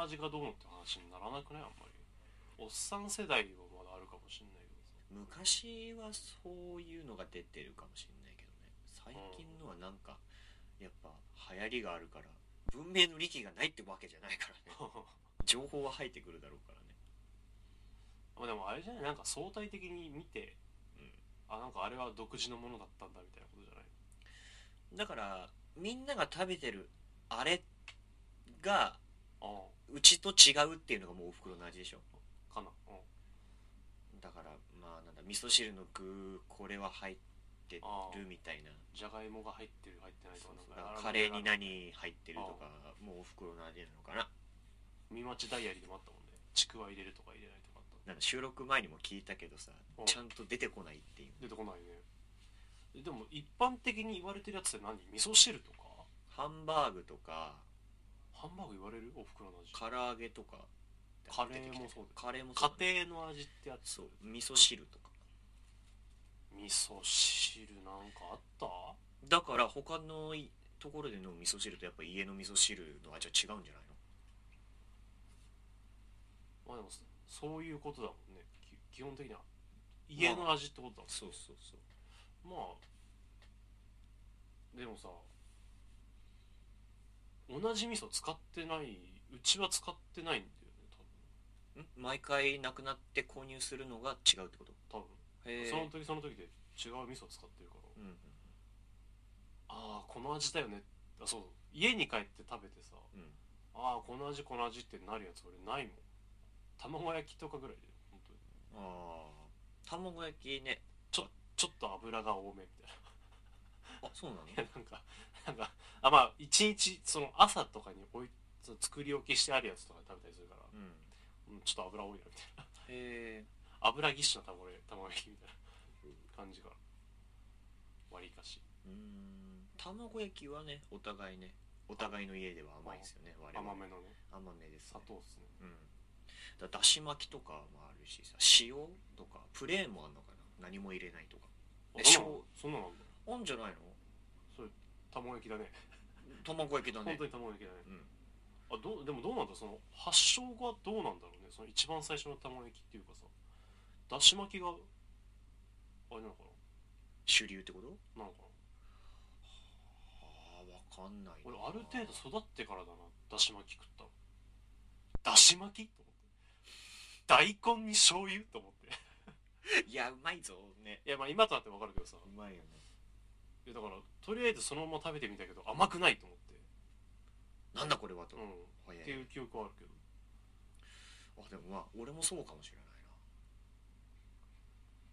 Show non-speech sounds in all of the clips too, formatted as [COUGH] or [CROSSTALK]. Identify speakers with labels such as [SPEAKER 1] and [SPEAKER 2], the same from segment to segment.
[SPEAKER 1] 味がどうのって話にならなくないあんまりおっさん世代はまだあるかもしんないけどさ
[SPEAKER 2] 昔はそういうのが出てるかもしれないけどね最近のはなんかやっぱ流行りがあるから文明の利器がないってわけじゃないからね情報は入ってくるだろうからね
[SPEAKER 1] [LAUGHS] まあでもあれじゃないなんか相対的に見て、
[SPEAKER 2] うん
[SPEAKER 1] あなんかあれは独自のものだったんだみたいなことじゃない
[SPEAKER 2] だからみんなが食べてるあれが
[SPEAKER 1] あ
[SPEAKER 2] うちと違うっていうのがもうお袋の味でしょ
[SPEAKER 1] あかなうん
[SPEAKER 2] だからまあなんだ味噌汁の具これは入って
[SPEAKER 1] あ
[SPEAKER 2] るみたいな
[SPEAKER 1] じゃがいもが入ってる入ってないとかなんか
[SPEAKER 2] だから
[SPEAKER 1] あら
[SPEAKER 2] カレーに何入ってるとかもうお袋の味なのかな
[SPEAKER 1] 見待ちダイアリーでもあったもんねちくわ入れるとか入れないとかあった
[SPEAKER 2] なんか収録前にも聞いたけどさ
[SPEAKER 1] うん
[SPEAKER 2] ちゃんと出てこないっていう
[SPEAKER 1] 出てこないねえでも一般的に言われてるやつって何味噌汁とか
[SPEAKER 2] ハンバーグとか
[SPEAKER 1] ハンバーグ言われるおふくろの味
[SPEAKER 2] 唐揚げとか
[SPEAKER 1] カレーもそうだ
[SPEAKER 2] カレーもそうだね
[SPEAKER 1] 家庭の味ってやつ
[SPEAKER 2] そう味噌汁とか
[SPEAKER 1] 味噌汁なんかあった
[SPEAKER 2] だから他のいところで飲む味噌汁とやっぱ家の味噌汁の味は違うんじゃないの
[SPEAKER 1] まあでもそそういうことだもんねき基本的には家の味ってことだもんね、
[SPEAKER 2] そうそうそう
[SPEAKER 1] まあでもさ同じ味噌使ってないうちは使ってないんだよね
[SPEAKER 2] ん毎回なくなって購入するのが違うってこと
[SPEAKER 1] 多分多
[SPEAKER 2] へ
[SPEAKER 1] 分
[SPEAKER 2] え
[SPEAKER 1] その時その時で違う味噌使ってるから
[SPEAKER 2] うんうん
[SPEAKER 1] ああこの味だよねあそう家に帰って食べてさ
[SPEAKER 2] うん
[SPEAKER 1] ああこの味この味ってなるやつ俺ないもん卵焼きとかぐらいで本当に
[SPEAKER 2] ああ卵焼きね
[SPEAKER 1] ちょっと油が多めみたい
[SPEAKER 2] あそうなの
[SPEAKER 1] ななんかなんかあまあ一日その朝とかに置いその作り置きしてあるやつとかで食べたりするから
[SPEAKER 2] うん
[SPEAKER 1] うんちょっと油多いなみたいな [LAUGHS]
[SPEAKER 2] へえ
[SPEAKER 1] 油ぎっしょな卵焼き卵焼きみたいな感じが割りかし
[SPEAKER 2] うーん卵焼きはねお互いねお互いの家では甘いですよね我々
[SPEAKER 1] 甘めのね
[SPEAKER 2] 甘めです、
[SPEAKER 1] 砂
[SPEAKER 2] ね、
[SPEAKER 1] 糖っすね
[SPEAKER 2] うんだだし巻きとかもあるしさ塩とかプレーンもあんのかな何も入れないとかえ
[SPEAKER 1] あそんなのそんなのあんの
[SPEAKER 2] あんじゃないの
[SPEAKER 1] それ卵焼きだね
[SPEAKER 2] 卵焼きだ
[SPEAKER 1] 本
[SPEAKER 2] ね
[SPEAKER 1] 当に卵焼きだね
[SPEAKER 2] うん
[SPEAKER 1] あどうでもどうなんだその発祥がどうなんだろうねその一番最初の卵焼きっていうかさだし巻きがあれなのか
[SPEAKER 2] 主流ってこと
[SPEAKER 1] ななのかな
[SPEAKER 2] ああわかんない
[SPEAKER 1] 俺ある程度育ってからだなだし巻き食ったのだし巻きと思って大根に醤油と思って [LAUGHS]
[SPEAKER 2] いやうまいぞね
[SPEAKER 1] いやまあ今となってわかるけどさ
[SPEAKER 2] うまいよね
[SPEAKER 1] いやだからとりあえずそのまま食べてみたけど甘くないと思って
[SPEAKER 2] なんだこれはと、
[SPEAKER 1] うん
[SPEAKER 2] へえ
[SPEAKER 1] っていう記憶はあるけど
[SPEAKER 2] あでもまあ俺もそうかもしれないな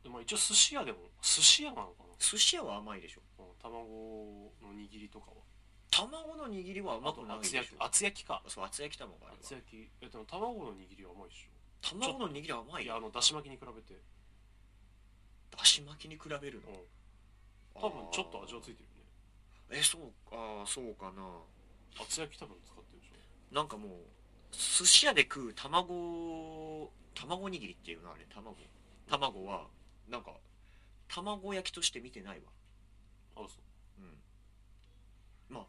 [SPEAKER 1] でまあ一応寿司屋でも寿司屋なのか
[SPEAKER 2] 寿司屋は甘いでしょ
[SPEAKER 1] な、うん、卵の握りとかは
[SPEAKER 2] 卵の握りは
[SPEAKER 1] あ
[SPEAKER 2] 甘
[SPEAKER 1] と
[SPEAKER 2] くないで
[SPEAKER 1] 厚
[SPEAKER 2] しょ
[SPEAKER 1] 焼き厚焼きか
[SPEAKER 2] そう厚焼き卵あれ
[SPEAKER 1] 厚
[SPEAKER 2] は
[SPEAKER 1] 焼きえでも卵の握りは甘いでし
[SPEAKER 2] 卵の握りは甘
[SPEAKER 1] ょ
[SPEAKER 2] い
[SPEAKER 1] いやあのだし巻きに比べて、
[SPEAKER 2] だし巻きに比べるの
[SPEAKER 1] うん、多分ちょっと味はつい
[SPEAKER 2] て
[SPEAKER 1] てるよね
[SPEAKER 2] えそうかあーそうかな
[SPEAKER 1] 厚焼き多分使ってるでしょ
[SPEAKER 2] なんかもう寿司屋で食う卵卵握りっていうのあれ卵卵はなんか卵焼きとして見てないわ
[SPEAKER 1] あそ
[SPEAKER 2] うん
[SPEAKER 1] う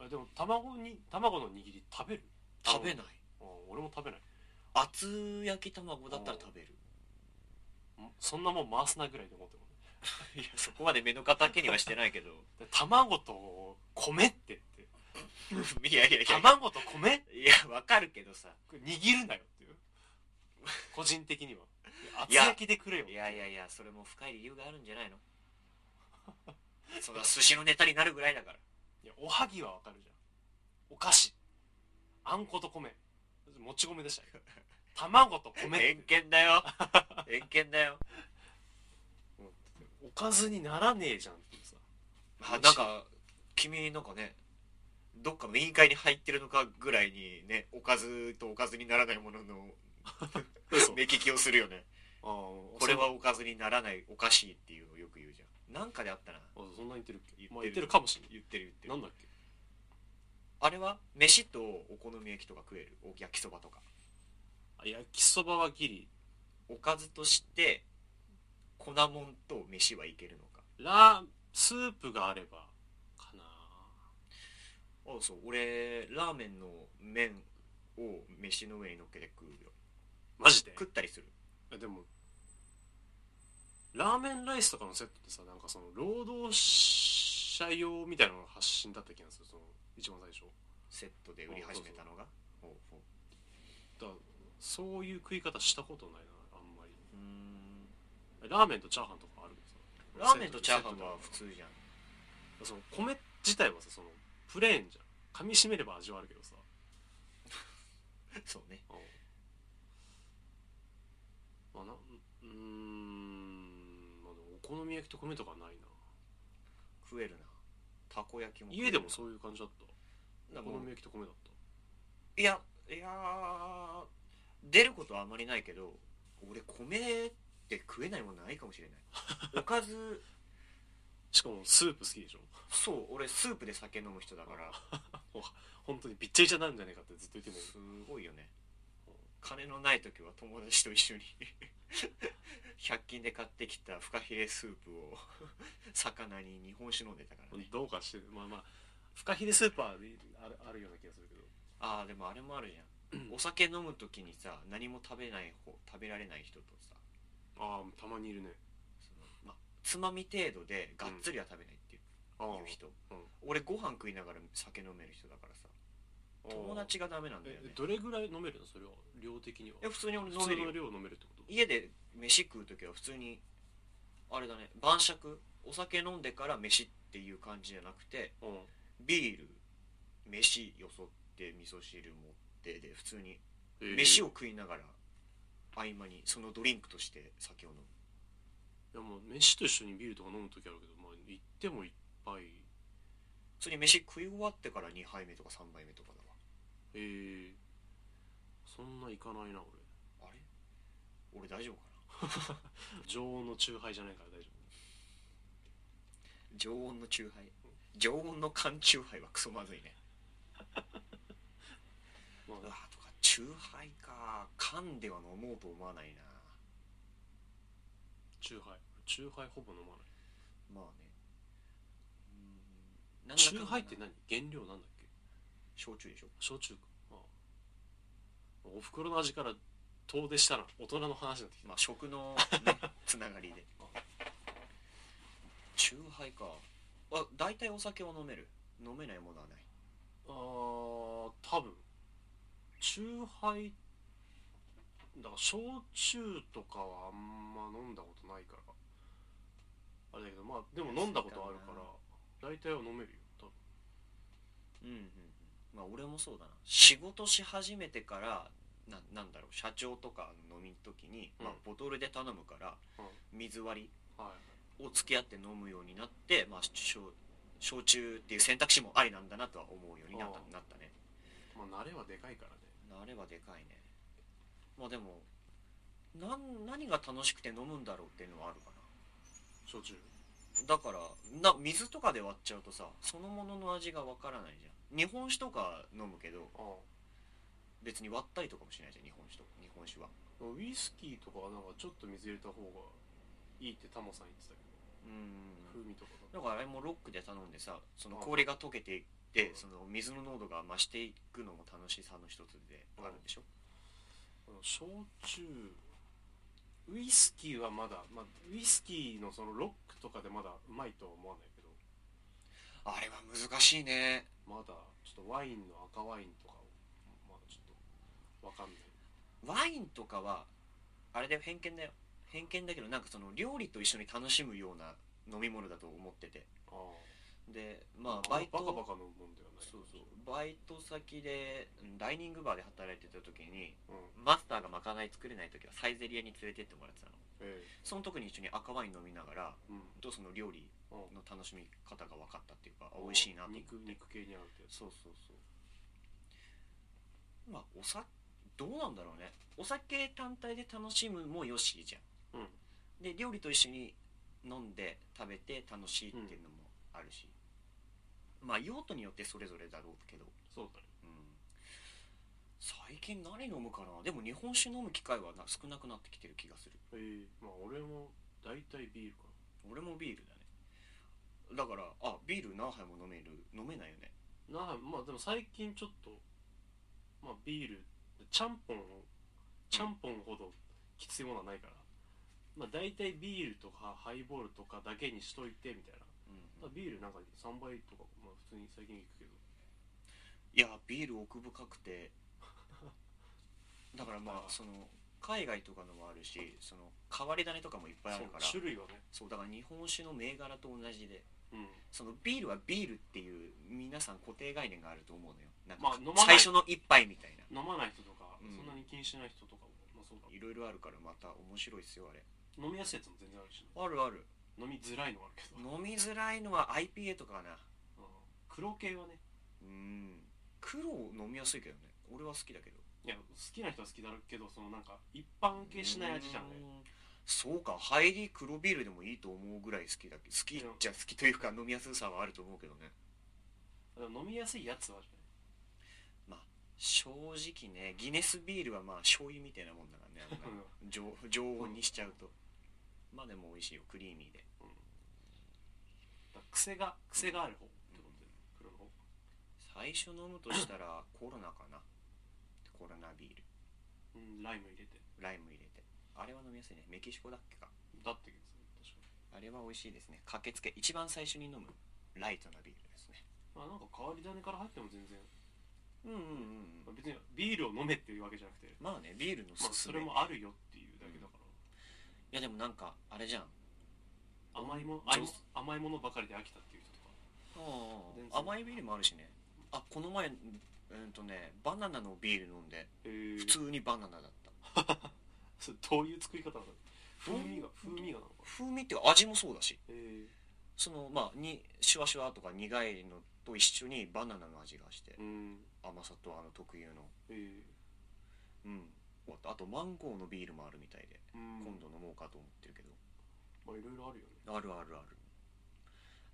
[SPEAKER 1] あでも卵に卵の握り食べる
[SPEAKER 2] 食べない
[SPEAKER 1] あ俺も食べない
[SPEAKER 2] 厚焼き卵だったら食べる
[SPEAKER 1] んそんなもん回すなぐらいで思ってもね
[SPEAKER 2] いやそこまで目の敵にはし
[SPEAKER 1] [LAUGHS]
[SPEAKER 2] てないけど
[SPEAKER 1] で卵と米ってって
[SPEAKER 2] いやいやいや
[SPEAKER 1] 卵と米
[SPEAKER 2] いやわかるけどさ
[SPEAKER 1] 握るなよっていう個人的にはい厚
[SPEAKER 2] や
[SPEAKER 1] 焼きでくれよ
[SPEAKER 2] [LAUGHS] いやいやいやそれも深い理由があるんじゃないの [LAUGHS] それは寿司のネタになるぐらいだから
[SPEAKER 1] いやおはぎはわかるじゃんお菓子あんこと米もち米で
[SPEAKER 2] [LAUGHS]
[SPEAKER 1] したよ卵と米って
[SPEAKER 2] 偏見だ
[SPEAKER 1] [LAUGHS]
[SPEAKER 2] よ偏見だよ
[SPEAKER 1] おかずにならねえじゃんっていうさ
[SPEAKER 2] あなんか君なんかねどっかの委員会に入ってるのかぐらいにねおかずとおかずにならないものの目利きをするよね
[SPEAKER 1] あー
[SPEAKER 2] これはおかずにならないおかしいっていうのをよく言うじゃんなんかであったな
[SPEAKER 1] そんあそんな言ってるっけ
[SPEAKER 2] 言ってる
[SPEAKER 1] まあ、言ってるかもしれない
[SPEAKER 2] 言ってる言って
[SPEAKER 1] な
[SPEAKER 2] る
[SPEAKER 1] んだっけ
[SPEAKER 2] あれは飯とお好み焼きとか食えるお焼きそばとか
[SPEAKER 1] あ焼きそばはギリ
[SPEAKER 2] おかずとして粉もんと飯はいけるのか
[SPEAKER 1] ラースープがあればかな
[SPEAKER 2] あそう俺ラーメンの麺をを飯の上に乗っけて食うよ
[SPEAKER 1] マジで
[SPEAKER 2] 食ったりする
[SPEAKER 1] えでもラーメンライスとかのセットってさなんかその労働者用みたいなのが発信だった気がするその一番最初
[SPEAKER 2] セットで売り始めたのがほうほう
[SPEAKER 1] だからそういう食い方したことないなあんまり
[SPEAKER 2] う
[SPEAKER 1] え
[SPEAKER 2] ーん
[SPEAKER 1] ラーメンとチャーハンとかあるけど
[SPEAKER 2] ラ
[SPEAKER 1] さ
[SPEAKER 2] ーメンとチャーハンは普通じゃん
[SPEAKER 1] その米自体はさそのプレーンじゃん噛みしめれば味はあるけどさ
[SPEAKER 2] そうね
[SPEAKER 1] まあなうーんまあでもお好み焼きと米とかはないな
[SPEAKER 2] 食えるなたこ焼きも食える
[SPEAKER 1] 家でもそういう感じだった
[SPEAKER 2] だ
[SPEAKER 1] お
[SPEAKER 2] か
[SPEAKER 1] 好
[SPEAKER 2] ら
[SPEAKER 1] み焼きと米だった
[SPEAKER 2] いやいやー出ることはあんまりないけど俺米って食えないもんないかもしれ [LAUGHS] ないおかず
[SPEAKER 1] しかもスープ好きでしょ
[SPEAKER 2] そう俺スープで酒飲む人だから
[SPEAKER 1] 本当にびっちゃびちゃになるんじゃないかってずっと言ってんだけ
[SPEAKER 2] すごいよね金のない時は友達と一緒に [LAUGHS] 100均で買ってきたフカヒレスープを [LAUGHS] 魚に日本酒飲んでたからね
[SPEAKER 1] どどうかしてるまあまあフカヒレスーパーであるあるような気がするけど
[SPEAKER 2] ああでもあれもあるじゃんお酒飲む時にさ何も食べない方食べられない人とさ
[SPEAKER 1] ああたまにいるね
[SPEAKER 2] そのまあつまみ程度でがっつりは食べないっていう
[SPEAKER 1] ああ
[SPEAKER 2] いう人、
[SPEAKER 1] うん
[SPEAKER 2] 俺ご飯食いながら酒飲める人だからさ友達がダメなんだよね
[SPEAKER 1] えどれぐらい飲めるのそれは量的には
[SPEAKER 2] え普通に俺飲
[SPEAKER 1] 普通
[SPEAKER 2] めるよ
[SPEAKER 1] の量飲めるってこと
[SPEAKER 2] 家で飯食う時は普通にあれだね晩酌お酒飲んでから飯っていう感じじゃなくて
[SPEAKER 1] うん
[SPEAKER 2] ビール飯よそって味噌汁持ってで普通に
[SPEAKER 1] えー
[SPEAKER 2] 飯を食いながら合間にそのドリンクとして酒を飲む
[SPEAKER 1] いやもう飯と一緒にビールとか飲む時あるけど、まあ、行ってもいっぱい
[SPEAKER 2] 普通に飯食い終わってから2杯目とか3杯目とかだわ
[SPEAKER 1] えー、そんな行かないな俺
[SPEAKER 2] あれ俺大丈夫かな
[SPEAKER 1] 常温の酎ハイじゃないから大丈
[SPEAKER 2] 常温の酎ハイ常温の缶酎ハイはクソまずいね
[SPEAKER 1] 夫、
[SPEAKER 2] う
[SPEAKER 1] ま
[SPEAKER 2] わ
[SPEAKER 1] あ、
[SPEAKER 2] とか酎ハイか缶では飲もうと思わないな
[SPEAKER 1] 酎ハイ酎ハイほぼ飲まない
[SPEAKER 2] まあねうーんなんだかん
[SPEAKER 1] 酎
[SPEAKER 2] だな
[SPEAKER 1] ハイって何原料なんだっけ
[SPEAKER 2] 焼酎でしょ
[SPEAKER 1] 焼酎かああおふくろの味から遠出したら大人の話になってきた
[SPEAKER 2] まあ食の、 [LAUGHS] ね、つながりで酎ハイかあ大体お酒は飲める飲めないものはない
[SPEAKER 1] あー多分酎ハイだから焼酎とかはあんま飲んだことないからあれだけどまあでも飲んだことはあるから大体は飲めるよ多分
[SPEAKER 2] うんうんうんまあ俺もそうだな仕事し始めてからななんだろう社長とか飲みの時に、まあ
[SPEAKER 1] うん、
[SPEAKER 2] ボトルで頼むから、水割り
[SPEAKER 1] はい
[SPEAKER 2] を付き合って飲むようになって、まあ、焼焼酎っていう選択肢もありなんだなとは思うようになった
[SPEAKER 1] ああ
[SPEAKER 2] なったね
[SPEAKER 1] まあ慣れはでかいからね
[SPEAKER 2] あれはでかいねまあでもなん何が楽しくて飲むんだろうっていうのはあるかな
[SPEAKER 1] 焼酎
[SPEAKER 2] だからな水とかで割っちゃうとさそのものの味がわからないじゃん日本酒とか飲むけど
[SPEAKER 1] ああ
[SPEAKER 2] 別に割ったりとかもしないじゃん日本酒と日本酒は
[SPEAKER 1] ウイスキーとかはなんかちょっと水入れた方がいいってタモさん言ってたけど
[SPEAKER 2] うん
[SPEAKER 1] 風味とかが
[SPEAKER 2] だからあれもロックで頼んでさその
[SPEAKER 1] うん
[SPEAKER 2] 氷が溶けていって
[SPEAKER 1] うん
[SPEAKER 2] その水の濃度が増していくのも楽しさの一つであるんでしょ
[SPEAKER 1] あの焼酎ウイスキーはまだ、まあ、ウイスキーのそのロックとかでまだうまいとは思わないけど
[SPEAKER 2] あれは難しいね
[SPEAKER 1] まだちょっとワインの赤ワインとかをまだちょっとわかんない
[SPEAKER 2] ワインとかはあれで偏見だよ偏見だけどなんかその料理と一緒に楽しむような飲み物だと思ってて
[SPEAKER 1] あ
[SPEAKER 2] で
[SPEAKER 1] あ
[SPEAKER 2] まあバイト
[SPEAKER 1] バカバカ飲むもんではない
[SPEAKER 2] そうそうバイト先でうんダイニングバーで働いてた時に
[SPEAKER 1] うん
[SPEAKER 2] マスターがまかない作れない時はサイゼリアに連れてってもらってたの
[SPEAKER 1] え
[SPEAKER 2] その時に一緒に赤ワイン飲みながら
[SPEAKER 1] えうん
[SPEAKER 2] とその料理
[SPEAKER 1] うん
[SPEAKER 2] の楽しみ方が分かったっていうかあ美味しいなと思って
[SPEAKER 1] 肉肉系に合うってやつ
[SPEAKER 2] そうそうそうまあおさどうなんだろうねお酒単体で楽しむもよしじゃ
[SPEAKER 1] うん
[SPEAKER 2] んで料理と一緒に飲んで食べて楽しいっていうのもあるし、まあ用途によってそれぞれだろうけど、
[SPEAKER 1] そうだね
[SPEAKER 2] うん、最近何飲むかなでも日本酒飲む機会はな少なくなってきてる気がする
[SPEAKER 1] ええまあ俺も大体ビールか
[SPEAKER 2] 俺もビールだねだからあビール何杯も飲める飲めないよね
[SPEAKER 1] ななあまあでも最近ちょっとまあビールちゃんぽんちゃんぽんほどきついものはないから、まあ、大体ビールとかハイボールとかだけにしといてみたいな
[SPEAKER 2] うん
[SPEAKER 1] まあビールなんか3倍とか、まあ、普通に最近行くけど
[SPEAKER 2] いやビール奥深くてだからまあその海外とかのもあるしその変わり種とかもいっぱいあるから
[SPEAKER 1] そう種類はね
[SPEAKER 2] そうだから日本酒の銘柄と同じで
[SPEAKER 1] うん
[SPEAKER 2] そのビールはビールっていう皆さん固定概念があると思うのよなん
[SPEAKER 1] まあ
[SPEAKER 2] か
[SPEAKER 1] 飲まない
[SPEAKER 2] 最初の一杯みたいな
[SPEAKER 1] 飲まない人とか、
[SPEAKER 2] うん
[SPEAKER 1] そんなに気にしない人とかも、まあ、そうだ
[SPEAKER 2] いろいろあるからまた面白いっすよあれ
[SPEAKER 1] 飲みやすいやつも全然あるしね、
[SPEAKER 2] あるある
[SPEAKER 1] 飲みづらいのはあるけど、
[SPEAKER 2] 飲みづらいのは IPA とかかな
[SPEAKER 1] うん黒系はね
[SPEAKER 2] うん黒を飲みやすいけどね俺は好きだけど
[SPEAKER 1] いや好きな人は好きだろうけどそのなんか一般受けしない味じゃんね
[SPEAKER 2] うーんそうか入り黒ビールでもいいと思うぐらい好きだけど好きっちゃ好きというか飲みやすさはあると思うけどね
[SPEAKER 1] だから飲みやすいやつはある
[SPEAKER 2] 正直ねギネスビールはまあ醤油みたいなもんだからねあ
[SPEAKER 1] じゃ [LAUGHS] ない
[SPEAKER 2] の常常温にしちゃうとまあでも美味しいよクリーミーで
[SPEAKER 1] だから癖が癖がある方ってことで、黒の方
[SPEAKER 2] 最初飲むとしたらコロナかなコロナビール
[SPEAKER 1] うんライム入れて
[SPEAKER 2] ライム入れてあれは飲みやすいねメキシコだっけか
[SPEAKER 1] だってけど確かに
[SPEAKER 2] あれは美味しいですね駆けつけ一番最初に飲むライトなビールですね
[SPEAKER 1] まあなんか変わり種から入っても全然、
[SPEAKER 2] うんうん
[SPEAKER 1] まあ別にビールを飲めっていうわけじゃなくて、
[SPEAKER 2] まあねビールの
[SPEAKER 1] まあ、
[SPEAKER 2] すす
[SPEAKER 1] そ
[SPEAKER 2] め、
[SPEAKER 1] れ
[SPEAKER 2] い
[SPEAKER 1] もあるよっていうだけだから、
[SPEAKER 2] やでもなんかあれじゃん
[SPEAKER 1] 甘いもの
[SPEAKER 2] 上
[SPEAKER 1] 甘い甘いものばかりで飽きたっていう人とか全然
[SPEAKER 2] 甘いビールもあるしねあこの前うんとねバナナのビール飲んで
[SPEAKER 1] え
[SPEAKER 2] 普
[SPEAKER 1] ー、
[SPEAKER 2] 通にバナナだった
[SPEAKER 1] それどういう作り方なの風味が風味がなのか
[SPEAKER 2] 風味っていうか味もそうだし
[SPEAKER 1] えー
[SPEAKER 2] そのまあにシュワシュワとか苦いのと一緒にバナナの味がして
[SPEAKER 1] うん
[SPEAKER 2] 甘さとあの特有の
[SPEAKER 1] えー
[SPEAKER 2] うん終わったあとマンゴーのビールもあるみたいで
[SPEAKER 1] うん
[SPEAKER 2] 今度飲もうかと思ってるけど
[SPEAKER 1] まあいろいろあるよね
[SPEAKER 2] あるあるある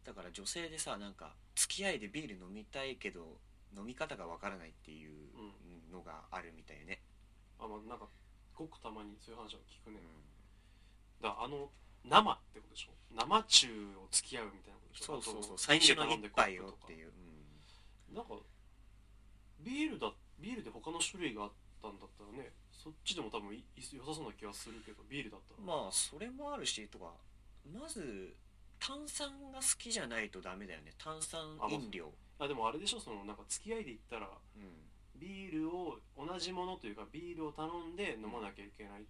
[SPEAKER 2] だから女性でさなんか付き合いでビール飲みたいけど飲み方がわからないっていうのがあるみたいね、
[SPEAKER 1] あまあなんかごくたまにそういう話は聞く
[SPEAKER 2] うん
[SPEAKER 1] ねだからあの生ってことでしょ生中を付き合うみたいなことでし
[SPEAKER 2] そ
[SPEAKER 1] ょ
[SPEAKER 2] うそうそう
[SPEAKER 1] あと
[SPEAKER 2] 最初の
[SPEAKER 1] ビール
[SPEAKER 2] 一
[SPEAKER 1] 頼んで
[SPEAKER 2] 杯よって
[SPEAKER 1] コップ
[SPEAKER 2] いう、
[SPEAKER 1] とかなんかビールだビールで他の種類があったんだったらねそっちでも多分いい良さそうな気がするけどビールだった
[SPEAKER 2] う
[SPEAKER 1] ら
[SPEAKER 2] ん、まあそれもあるしとかまず炭酸が好きじゃないとダメだよね炭酸飲料、
[SPEAKER 1] あでもあれでしょそのなんか付き合いで言ったら
[SPEAKER 2] うん
[SPEAKER 1] ビールを同じものというかビールを頼んで飲まなきゃいけないっ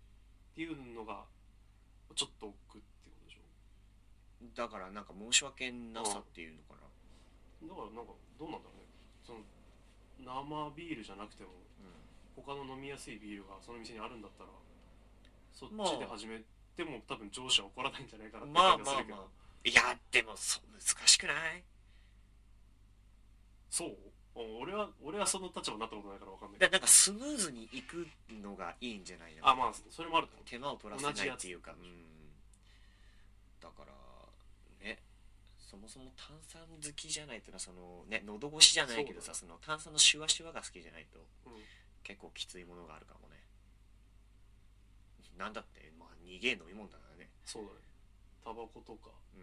[SPEAKER 1] ていうのがちょっと億劫ってことでし
[SPEAKER 2] だからなんか申し訳なさっていうのかな、
[SPEAKER 1] ょだからなんかどうなんだろうねその生ビールじゃなくても
[SPEAKER 2] う
[SPEAKER 1] 他の飲みやすいビールがその店にあるんだったらそっ
[SPEAKER 2] まあ
[SPEAKER 1] ちで始めても多分上司は怒らないんじゃないかなって
[SPEAKER 2] ん、まあ
[SPEAKER 1] 気
[SPEAKER 2] ま
[SPEAKER 1] が
[SPEAKER 2] あ
[SPEAKER 1] す
[SPEAKER 2] ま
[SPEAKER 1] るけど、
[SPEAKER 2] あいやでもそう難しくない
[SPEAKER 1] そううん俺は俺はその立場になったことないから分かんないけ
[SPEAKER 2] だからなんかスムーズにいくのがいいんじゃないの
[SPEAKER 1] どあまあそれもあると思
[SPEAKER 2] 手間を取らせないっていうか、
[SPEAKER 1] 同
[SPEAKER 2] う
[SPEAKER 1] じや
[SPEAKER 2] ん、だからねそもそも炭酸好きじゃないというかそのね喉越しじゃないけどさそ、の炭酸のシュワシュワが好きじゃないと
[SPEAKER 1] う、うん
[SPEAKER 2] 結構きついものがあるかもねなんだってまあ逃げ飲み物だからね、
[SPEAKER 1] そうだねタバコとか
[SPEAKER 2] う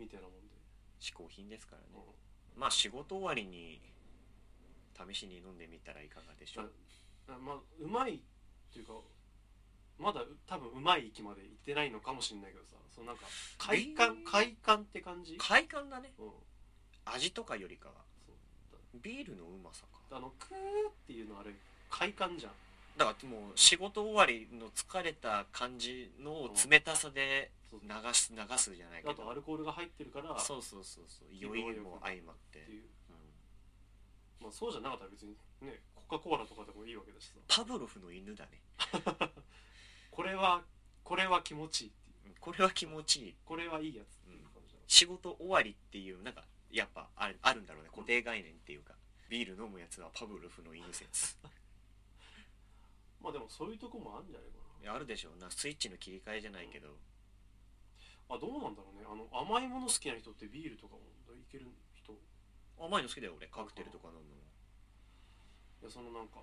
[SPEAKER 2] ん、
[SPEAKER 1] みたいなもんで、
[SPEAKER 2] 嗜好品ですからね
[SPEAKER 1] うん、
[SPEAKER 2] まあ仕事終わりに試しに飲んでみたらいかがでしょう
[SPEAKER 1] あまあうまいっていうかまだ多分うまい域まで行ってないのかもしれないけどさそのなんか快感
[SPEAKER 2] えー
[SPEAKER 1] 快感って感じ、
[SPEAKER 2] 快感だね
[SPEAKER 1] うん、
[SPEAKER 2] 味とかよりかは
[SPEAKER 1] そう
[SPEAKER 2] ビールのうまさか
[SPEAKER 1] あのクーっていうのあれ快感じゃん
[SPEAKER 2] だからもう仕事終わりの疲れた感じの冷たさで
[SPEAKER 1] そう
[SPEAKER 2] 流す流すじゃないけ
[SPEAKER 1] あとア
[SPEAKER 2] ど
[SPEAKER 1] ルコールが入ってるから
[SPEAKER 2] そうそうそうそう酔いも相まって
[SPEAKER 1] っていう、
[SPEAKER 2] うん
[SPEAKER 1] まあ、そうじゃなかったら別にねコカ・コーラとかでもいいわけだしさ
[SPEAKER 2] パブロフの犬だね
[SPEAKER 1] これはこれは気持ちいいっていう
[SPEAKER 2] うんこれは気持ちいい
[SPEAKER 1] これはいいやつっていう感じだ
[SPEAKER 2] 仕事終わりっていうなんかやっぱあるあるんだろうね固定概念っていうかビール飲むやつはパブロフの犬説
[SPEAKER 1] まあでもそういうとこもあるんじゃないか
[SPEAKER 2] いやあるでしょなスイッチの切り替えじゃないけど
[SPEAKER 1] なあどうなんだろうねあの甘いもの好きな人ってビールとかもいける人
[SPEAKER 2] 甘いの好きだよ俺カクテルとか飲むの
[SPEAKER 1] いやそのなんか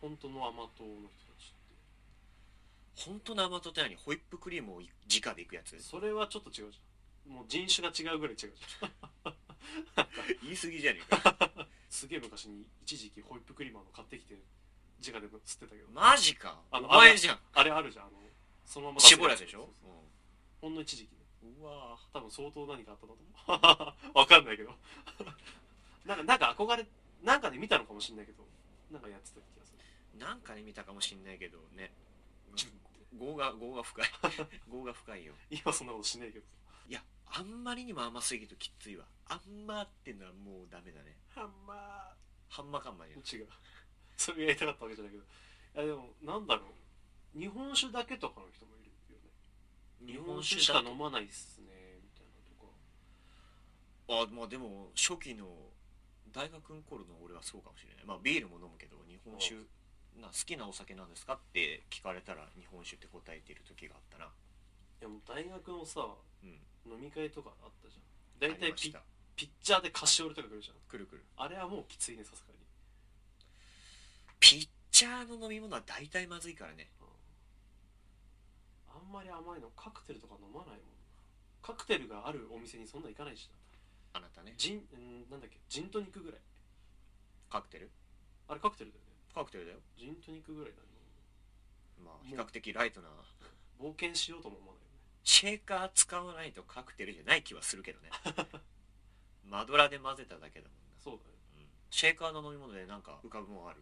[SPEAKER 1] 本当の甘党の人たちっ
[SPEAKER 2] 本当の甘党って何ホイップクリームをい直でいくやつ
[SPEAKER 1] てそれはちょっと違うじゃんもう人種が違うぐらい違うじゃん
[SPEAKER 2] 言い過ぎじゃねえか
[SPEAKER 1] すげえ昔に一時期ホイップクリーマーの買ってきて直で吸ってたけど
[SPEAKER 2] マジか
[SPEAKER 1] あの
[SPEAKER 2] お前じゃん
[SPEAKER 1] あれあるじゃんあのそのまま出せ
[SPEAKER 2] 絞るやつでし
[SPEAKER 1] そう
[SPEAKER 2] ょ
[SPEAKER 1] そうそうほんの一時期ね
[SPEAKER 2] うんうわ
[SPEAKER 1] 多分相当何かあったんだと思う [LAUGHS] わかんないけどなんかなんか憧れなんかで見たのかもしれないけどなんかやってた気がする
[SPEAKER 2] ーなんかで見たかもしんないけどね
[SPEAKER 1] ジュンって
[SPEAKER 2] 業が業が深い [LAUGHS] 業が深いよ
[SPEAKER 1] 今そんなことしないけど
[SPEAKER 2] いやあんまりにも甘すぎるときっついわあんまってのはもうダメだね
[SPEAKER 1] ハンマー
[SPEAKER 2] ハンマカンマや
[SPEAKER 1] 違うそれがやりたかったわけじゃないけどいやでもなんだろう日本酒だけとかの人もいるよね日本酒しか
[SPEAKER 2] だ
[SPEAKER 1] 飲まないっすねみたいなとか
[SPEAKER 2] あまあでも初期の大学の頃の俺はそうかもしれないまあビールも飲むけど日本酒な好きなお酒なんですかって聞かれたら日本酒って答えてる時があったない
[SPEAKER 1] やもう大学のさ
[SPEAKER 2] うん
[SPEAKER 1] 飲み会とかあったじゃん大
[SPEAKER 2] あり
[SPEAKER 1] 体
[SPEAKER 2] まし
[SPEAKER 1] ピ
[SPEAKER 2] た
[SPEAKER 1] ピッチャーで菓子折りとか来るじゃん
[SPEAKER 2] くるくる
[SPEAKER 1] あれはもうきついねさすがに、
[SPEAKER 2] ピッチャーの飲み物は大体まずいからね
[SPEAKER 1] うんあんまり甘いのカクテルとか飲まないもんなカクテルがあるお店にそんな行かないしな
[SPEAKER 2] あなたね
[SPEAKER 1] ジンうんなんだっけジントニックぐらい
[SPEAKER 2] カクテル
[SPEAKER 1] あれカクテルだよね
[SPEAKER 2] カクテルだよ
[SPEAKER 1] ジントニックぐらいだね
[SPEAKER 2] まあ比較的ライトな
[SPEAKER 1] 冒険しようとも思わないよね
[SPEAKER 2] シェーカー使わないとカクテルじゃない気はするけど
[SPEAKER 1] [LAUGHS]
[SPEAKER 2] ねマドラーで混ぜただけだもんな
[SPEAKER 1] そうだね
[SPEAKER 2] うんシェーカーの飲み物でなんか浮かぶもんある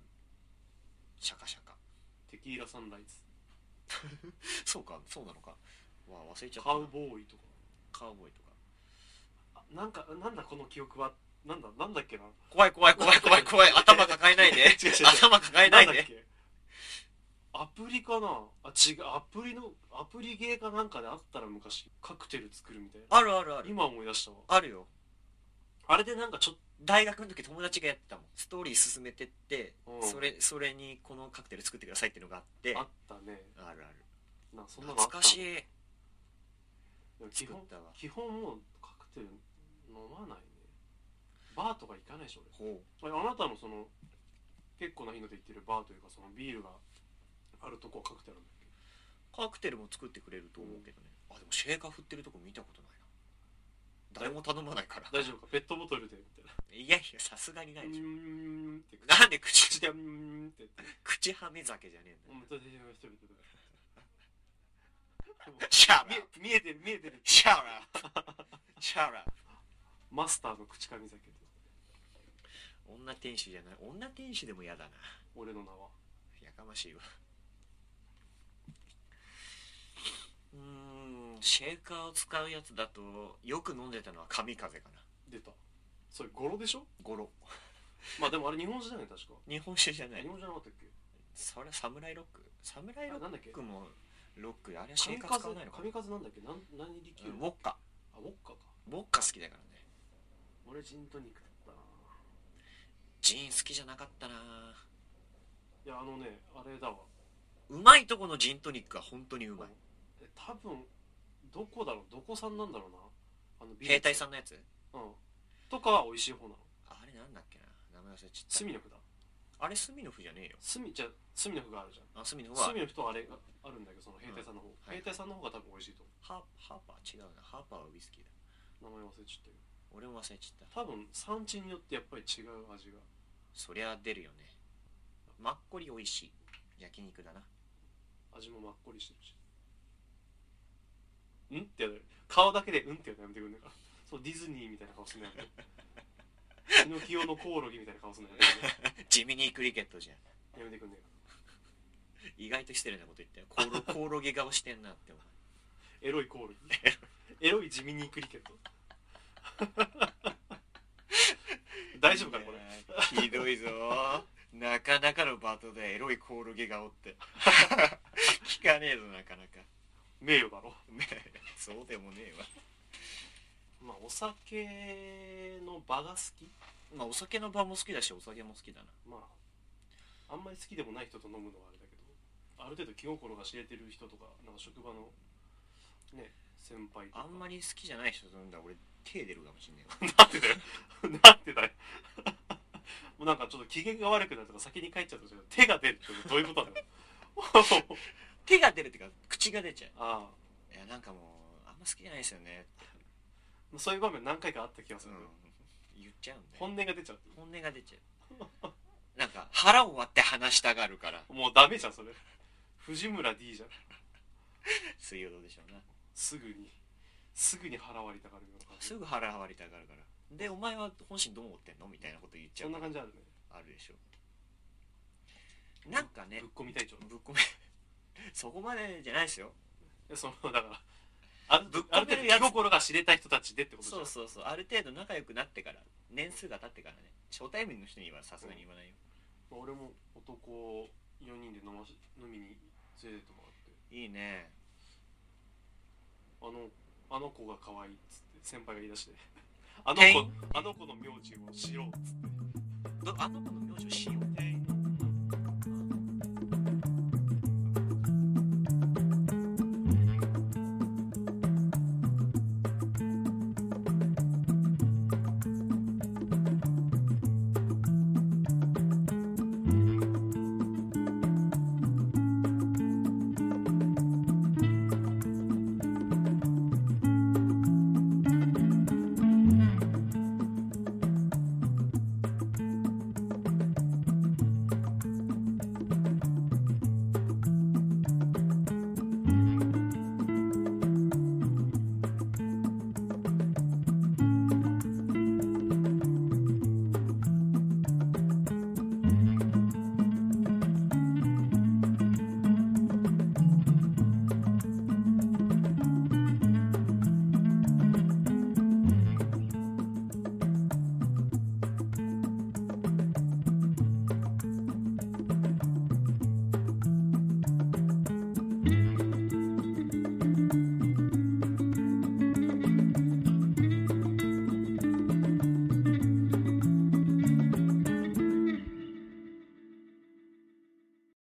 [SPEAKER 2] シャカシャカ
[SPEAKER 1] テキーラサンライズ
[SPEAKER 2] そうかそうなのかわあ忘れちゃった
[SPEAKER 1] カ
[SPEAKER 2] な
[SPEAKER 1] ウボーイとか
[SPEAKER 2] カウボーイとか
[SPEAKER 1] あなんかなんだこの記憶はなんだなんだっけな
[SPEAKER 2] 怖い怖い怖い怖い怖い頭抱えないで
[SPEAKER 1] 違う違う違う
[SPEAKER 2] 頭抱えな
[SPEAKER 1] ん
[SPEAKER 2] い
[SPEAKER 1] だっ
[SPEAKER 2] で
[SPEAKER 1] けアプリかなあ違うアプリのアプリゲーかなんかであったら昔カクテル作るみたいな
[SPEAKER 2] あるあるある
[SPEAKER 1] 今思い出したわ
[SPEAKER 2] あるよ
[SPEAKER 1] あれでなんかちょっ
[SPEAKER 2] 大学の時友達がやってたもんストーリー進めてって
[SPEAKER 1] うん
[SPEAKER 2] それそれにこのカクテル作ってくださいっていうのがあって
[SPEAKER 1] とあ
[SPEAKER 2] あ
[SPEAKER 1] ったね
[SPEAKER 2] るある
[SPEAKER 1] なそんなのあ
[SPEAKER 2] 懐
[SPEAKER 1] った
[SPEAKER 2] かしい
[SPEAKER 1] でも基
[SPEAKER 2] 作っ
[SPEAKER 1] 本
[SPEAKER 2] たわ
[SPEAKER 1] 基本もうカクテル飲まないねバーとか行かないでしょ
[SPEAKER 2] ほ
[SPEAKER 1] 俺あなたのその結構な頻度で行ってるバーというかそのビールがあるとこはカクテルなんだっけ
[SPEAKER 2] うカクテルも作ってくれると思うけどねあでもシェーカー振ってるとこ見たことないな誰も頼まないから
[SPEAKER 1] 大丈夫かペットボトルでみたいな。
[SPEAKER 2] いやいやさすがにな
[SPEAKER 1] う
[SPEAKER 2] いでしょ
[SPEAKER 1] ーんって
[SPEAKER 2] なんで
[SPEAKER 1] 口
[SPEAKER 2] 口
[SPEAKER 1] でうーんって。
[SPEAKER 2] 口はめ酒じゃねえ
[SPEAKER 1] うんん
[SPEAKER 2] だよ
[SPEAKER 1] ちょっとちょっとちょっとちょっと
[SPEAKER 2] シャラ
[SPEAKER 1] 見え見えてる見えてる。
[SPEAKER 2] シャ
[SPEAKER 1] [LAUGHS]
[SPEAKER 2] ラシャラ
[SPEAKER 1] マスターの口かみ酒と
[SPEAKER 2] 女天使じゃない女天使でも嫌だな
[SPEAKER 1] 俺の名は。
[SPEAKER 2] やかましいわうーんシェーカーを使うやつだとよく飲んでたのは神風かな
[SPEAKER 1] 出た。それ語呂でしょ
[SPEAKER 2] ゴロ
[SPEAKER 1] まあでもあれ日本酒だよね確か。
[SPEAKER 2] 日本酒じゃない
[SPEAKER 1] 日本酒じゃなかったっけ
[SPEAKER 2] それはサムライロックサムライロ
[SPEAKER 1] あなんだっ
[SPEAKER 2] ッ
[SPEAKER 1] け
[SPEAKER 2] クもロックであれはシェ
[SPEAKER 1] 神
[SPEAKER 2] ー
[SPEAKER 1] 風
[SPEAKER 2] カー使わないのかな
[SPEAKER 1] 神風なんだっけなん何リキュー
[SPEAKER 2] うん
[SPEAKER 1] ル
[SPEAKER 2] ウォッカ
[SPEAKER 1] あ、ウォッカか。
[SPEAKER 2] ウォッカ好きだからね
[SPEAKER 1] 俺ジントニックだったな。
[SPEAKER 2] ジーン好きじゃなかったない
[SPEAKER 1] やあのね、あれだわ。
[SPEAKER 2] うまいとこのジントニックは本当にうまい
[SPEAKER 1] え多分、どこだろうどこさんなんだろうな。あの
[SPEAKER 2] 兵隊さ
[SPEAKER 1] ん。
[SPEAKER 2] んのや
[SPEAKER 1] う
[SPEAKER 2] つ
[SPEAKER 1] ん。とかは美味しい方なの。
[SPEAKER 2] あれなんだっけな名前忘れちゃっ
[SPEAKER 1] 隅の句だ
[SPEAKER 2] たあれスミノフじゃねえよ
[SPEAKER 1] 隅じゃあ隅の句があるじゃん
[SPEAKER 2] あスミノフは
[SPEAKER 1] 隅の句とあれがあるんだけどその兵隊さんの方、
[SPEAKER 2] は
[SPEAKER 1] 兵
[SPEAKER 2] い
[SPEAKER 1] 隊さんの方が多分美味しいと
[SPEAKER 2] ハーハーパー違うなハーパーはウイスキーだ
[SPEAKER 1] 思う名前忘れちゃったけ
[SPEAKER 2] 俺も忘れちゃった
[SPEAKER 1] ど多分産地によってやっぱり違う味が
[SPEAKER 2] そりゃ出るよねマッコリ美味しい焼肉だな
[SPEAKER 1] 味もまっこりしてるしうんってやる顔だけでうんってやるのやめてくんねえかそうディズニーみたいな顔すんのやめて猪木用のコオロギみたいな顔すんのやめてくんね
[SPEAKER 2] ジミニークリケットじゃん
[SPEAKER 1] えやめてくんねえか
[SPEAKER 2] 意外と失礼なこと言ったよコオロ [LAUGHS] コオロギ顔してんなって思う
[SPEAKER 1] エロいコオロギエロい地味にクリケット大丈夫かなこれ
[SPEAKER 2] れひどいぞなかなかのバトでエロいコオロギ顔って [LAUGHS] 聞かねえぞなかなか
[SPEAKER 1] 名誉だろ
[SPEAKER 2] ねそうでもねえわ
[SPEAKER 1] まあ、お酒の場が好き
[SPEAKER 2] まあお酒の場も好きだしお酒も好きだな
[SPEAKER 1] まああんまり好きでもない人と飲むのはあれだけどある程度気心が知れてる人とかなんか職場のね先輩とか
[SPEAKER 2] あんまり好きじゃない人と飲んだら俺手出るかもしんねえわ
[SPEAKER 1] な
[SPEAKER 2] [LAUGHS]
[SPEAKER 1] んてだよ [LAUGHS] なんてだよ [LAUGHS] もうなんかちょっと機嫌が悪くなるとか先に帰っちゃうとか手が出るってどういうことなの
[SPEAKER 2] 手が出るっていうか口が出ちゃ
[SPEAKER 1] [LAUGHS] あ
[SPEAKER 2] ういやなんかもうあんま好きじゃないですよね
[SPEAKER 1] あそういう場面何回かあった気がす
[SPEAKER 2] う
[SPEAKER 1] る、
[SPEAKER 2] ん言っちゃうんだよ
[SPEAKER 1] 本音が出ちゃうっていう
[SPEAKER 2] 本音が出ちゃうなんか腹を割って話したがるから
[SPEAKER 1] もうダメじゃんそれ藤村 D じゃん
[SPEAKER 2] 水曜どうでしょうな
[SPEAKER 1] すぐにすぐに腹割りたがるような感じ
[SPEAKER 2] すぐ腹割りたがるからでお前は本心どう思ってんのみたいなこと言っちゃ
[SPEAKER 1] そ
[SPEAKER 2] うん
[SPEAKER 1] な感じあるね
[SPEAKER 2] あるでしょなんかね
[SPEAKER 1] ぶっ込み隊長
[SPEAKER 2] ぶっ込めそこまでじゃないですよ
[SPEAKER 1] えそのだからある
[SPEAKER 2] ぶっ
[SPEAKER 1] あ
[SPEAKER 2] 込
[SPEAKER 1] る
[SPEAKER 2] め
[SPEAKER 1] 程度
[SPEAKER 2] るやつ
[SPEAKER 1] 気心が知れた人たちでってことじゃ
[SPEAKER 2] そ
[SPEAKER 1] ん
[SPEAKER 2] うそうそうある程度仲良くなってから年数が経ってからね初対面の人にはさすがに言わないよ、
[SPEAKER 1] 俺も男4人で飲まし飲みに連れてってもらって
[SPEAKER 2] いいね
[SPEAKER 1] あのあの子が可愛いっつって先輩が言い出してあの
[SPEAKER 2] 店
[SPEAKER 1] 子
[SPEAKER 2] 員
[SPEAKER 1] あの子の名字を知ろうっつって
[SPEAKER 2] どあの子の名字をしよう
[SPEAKER 1] 店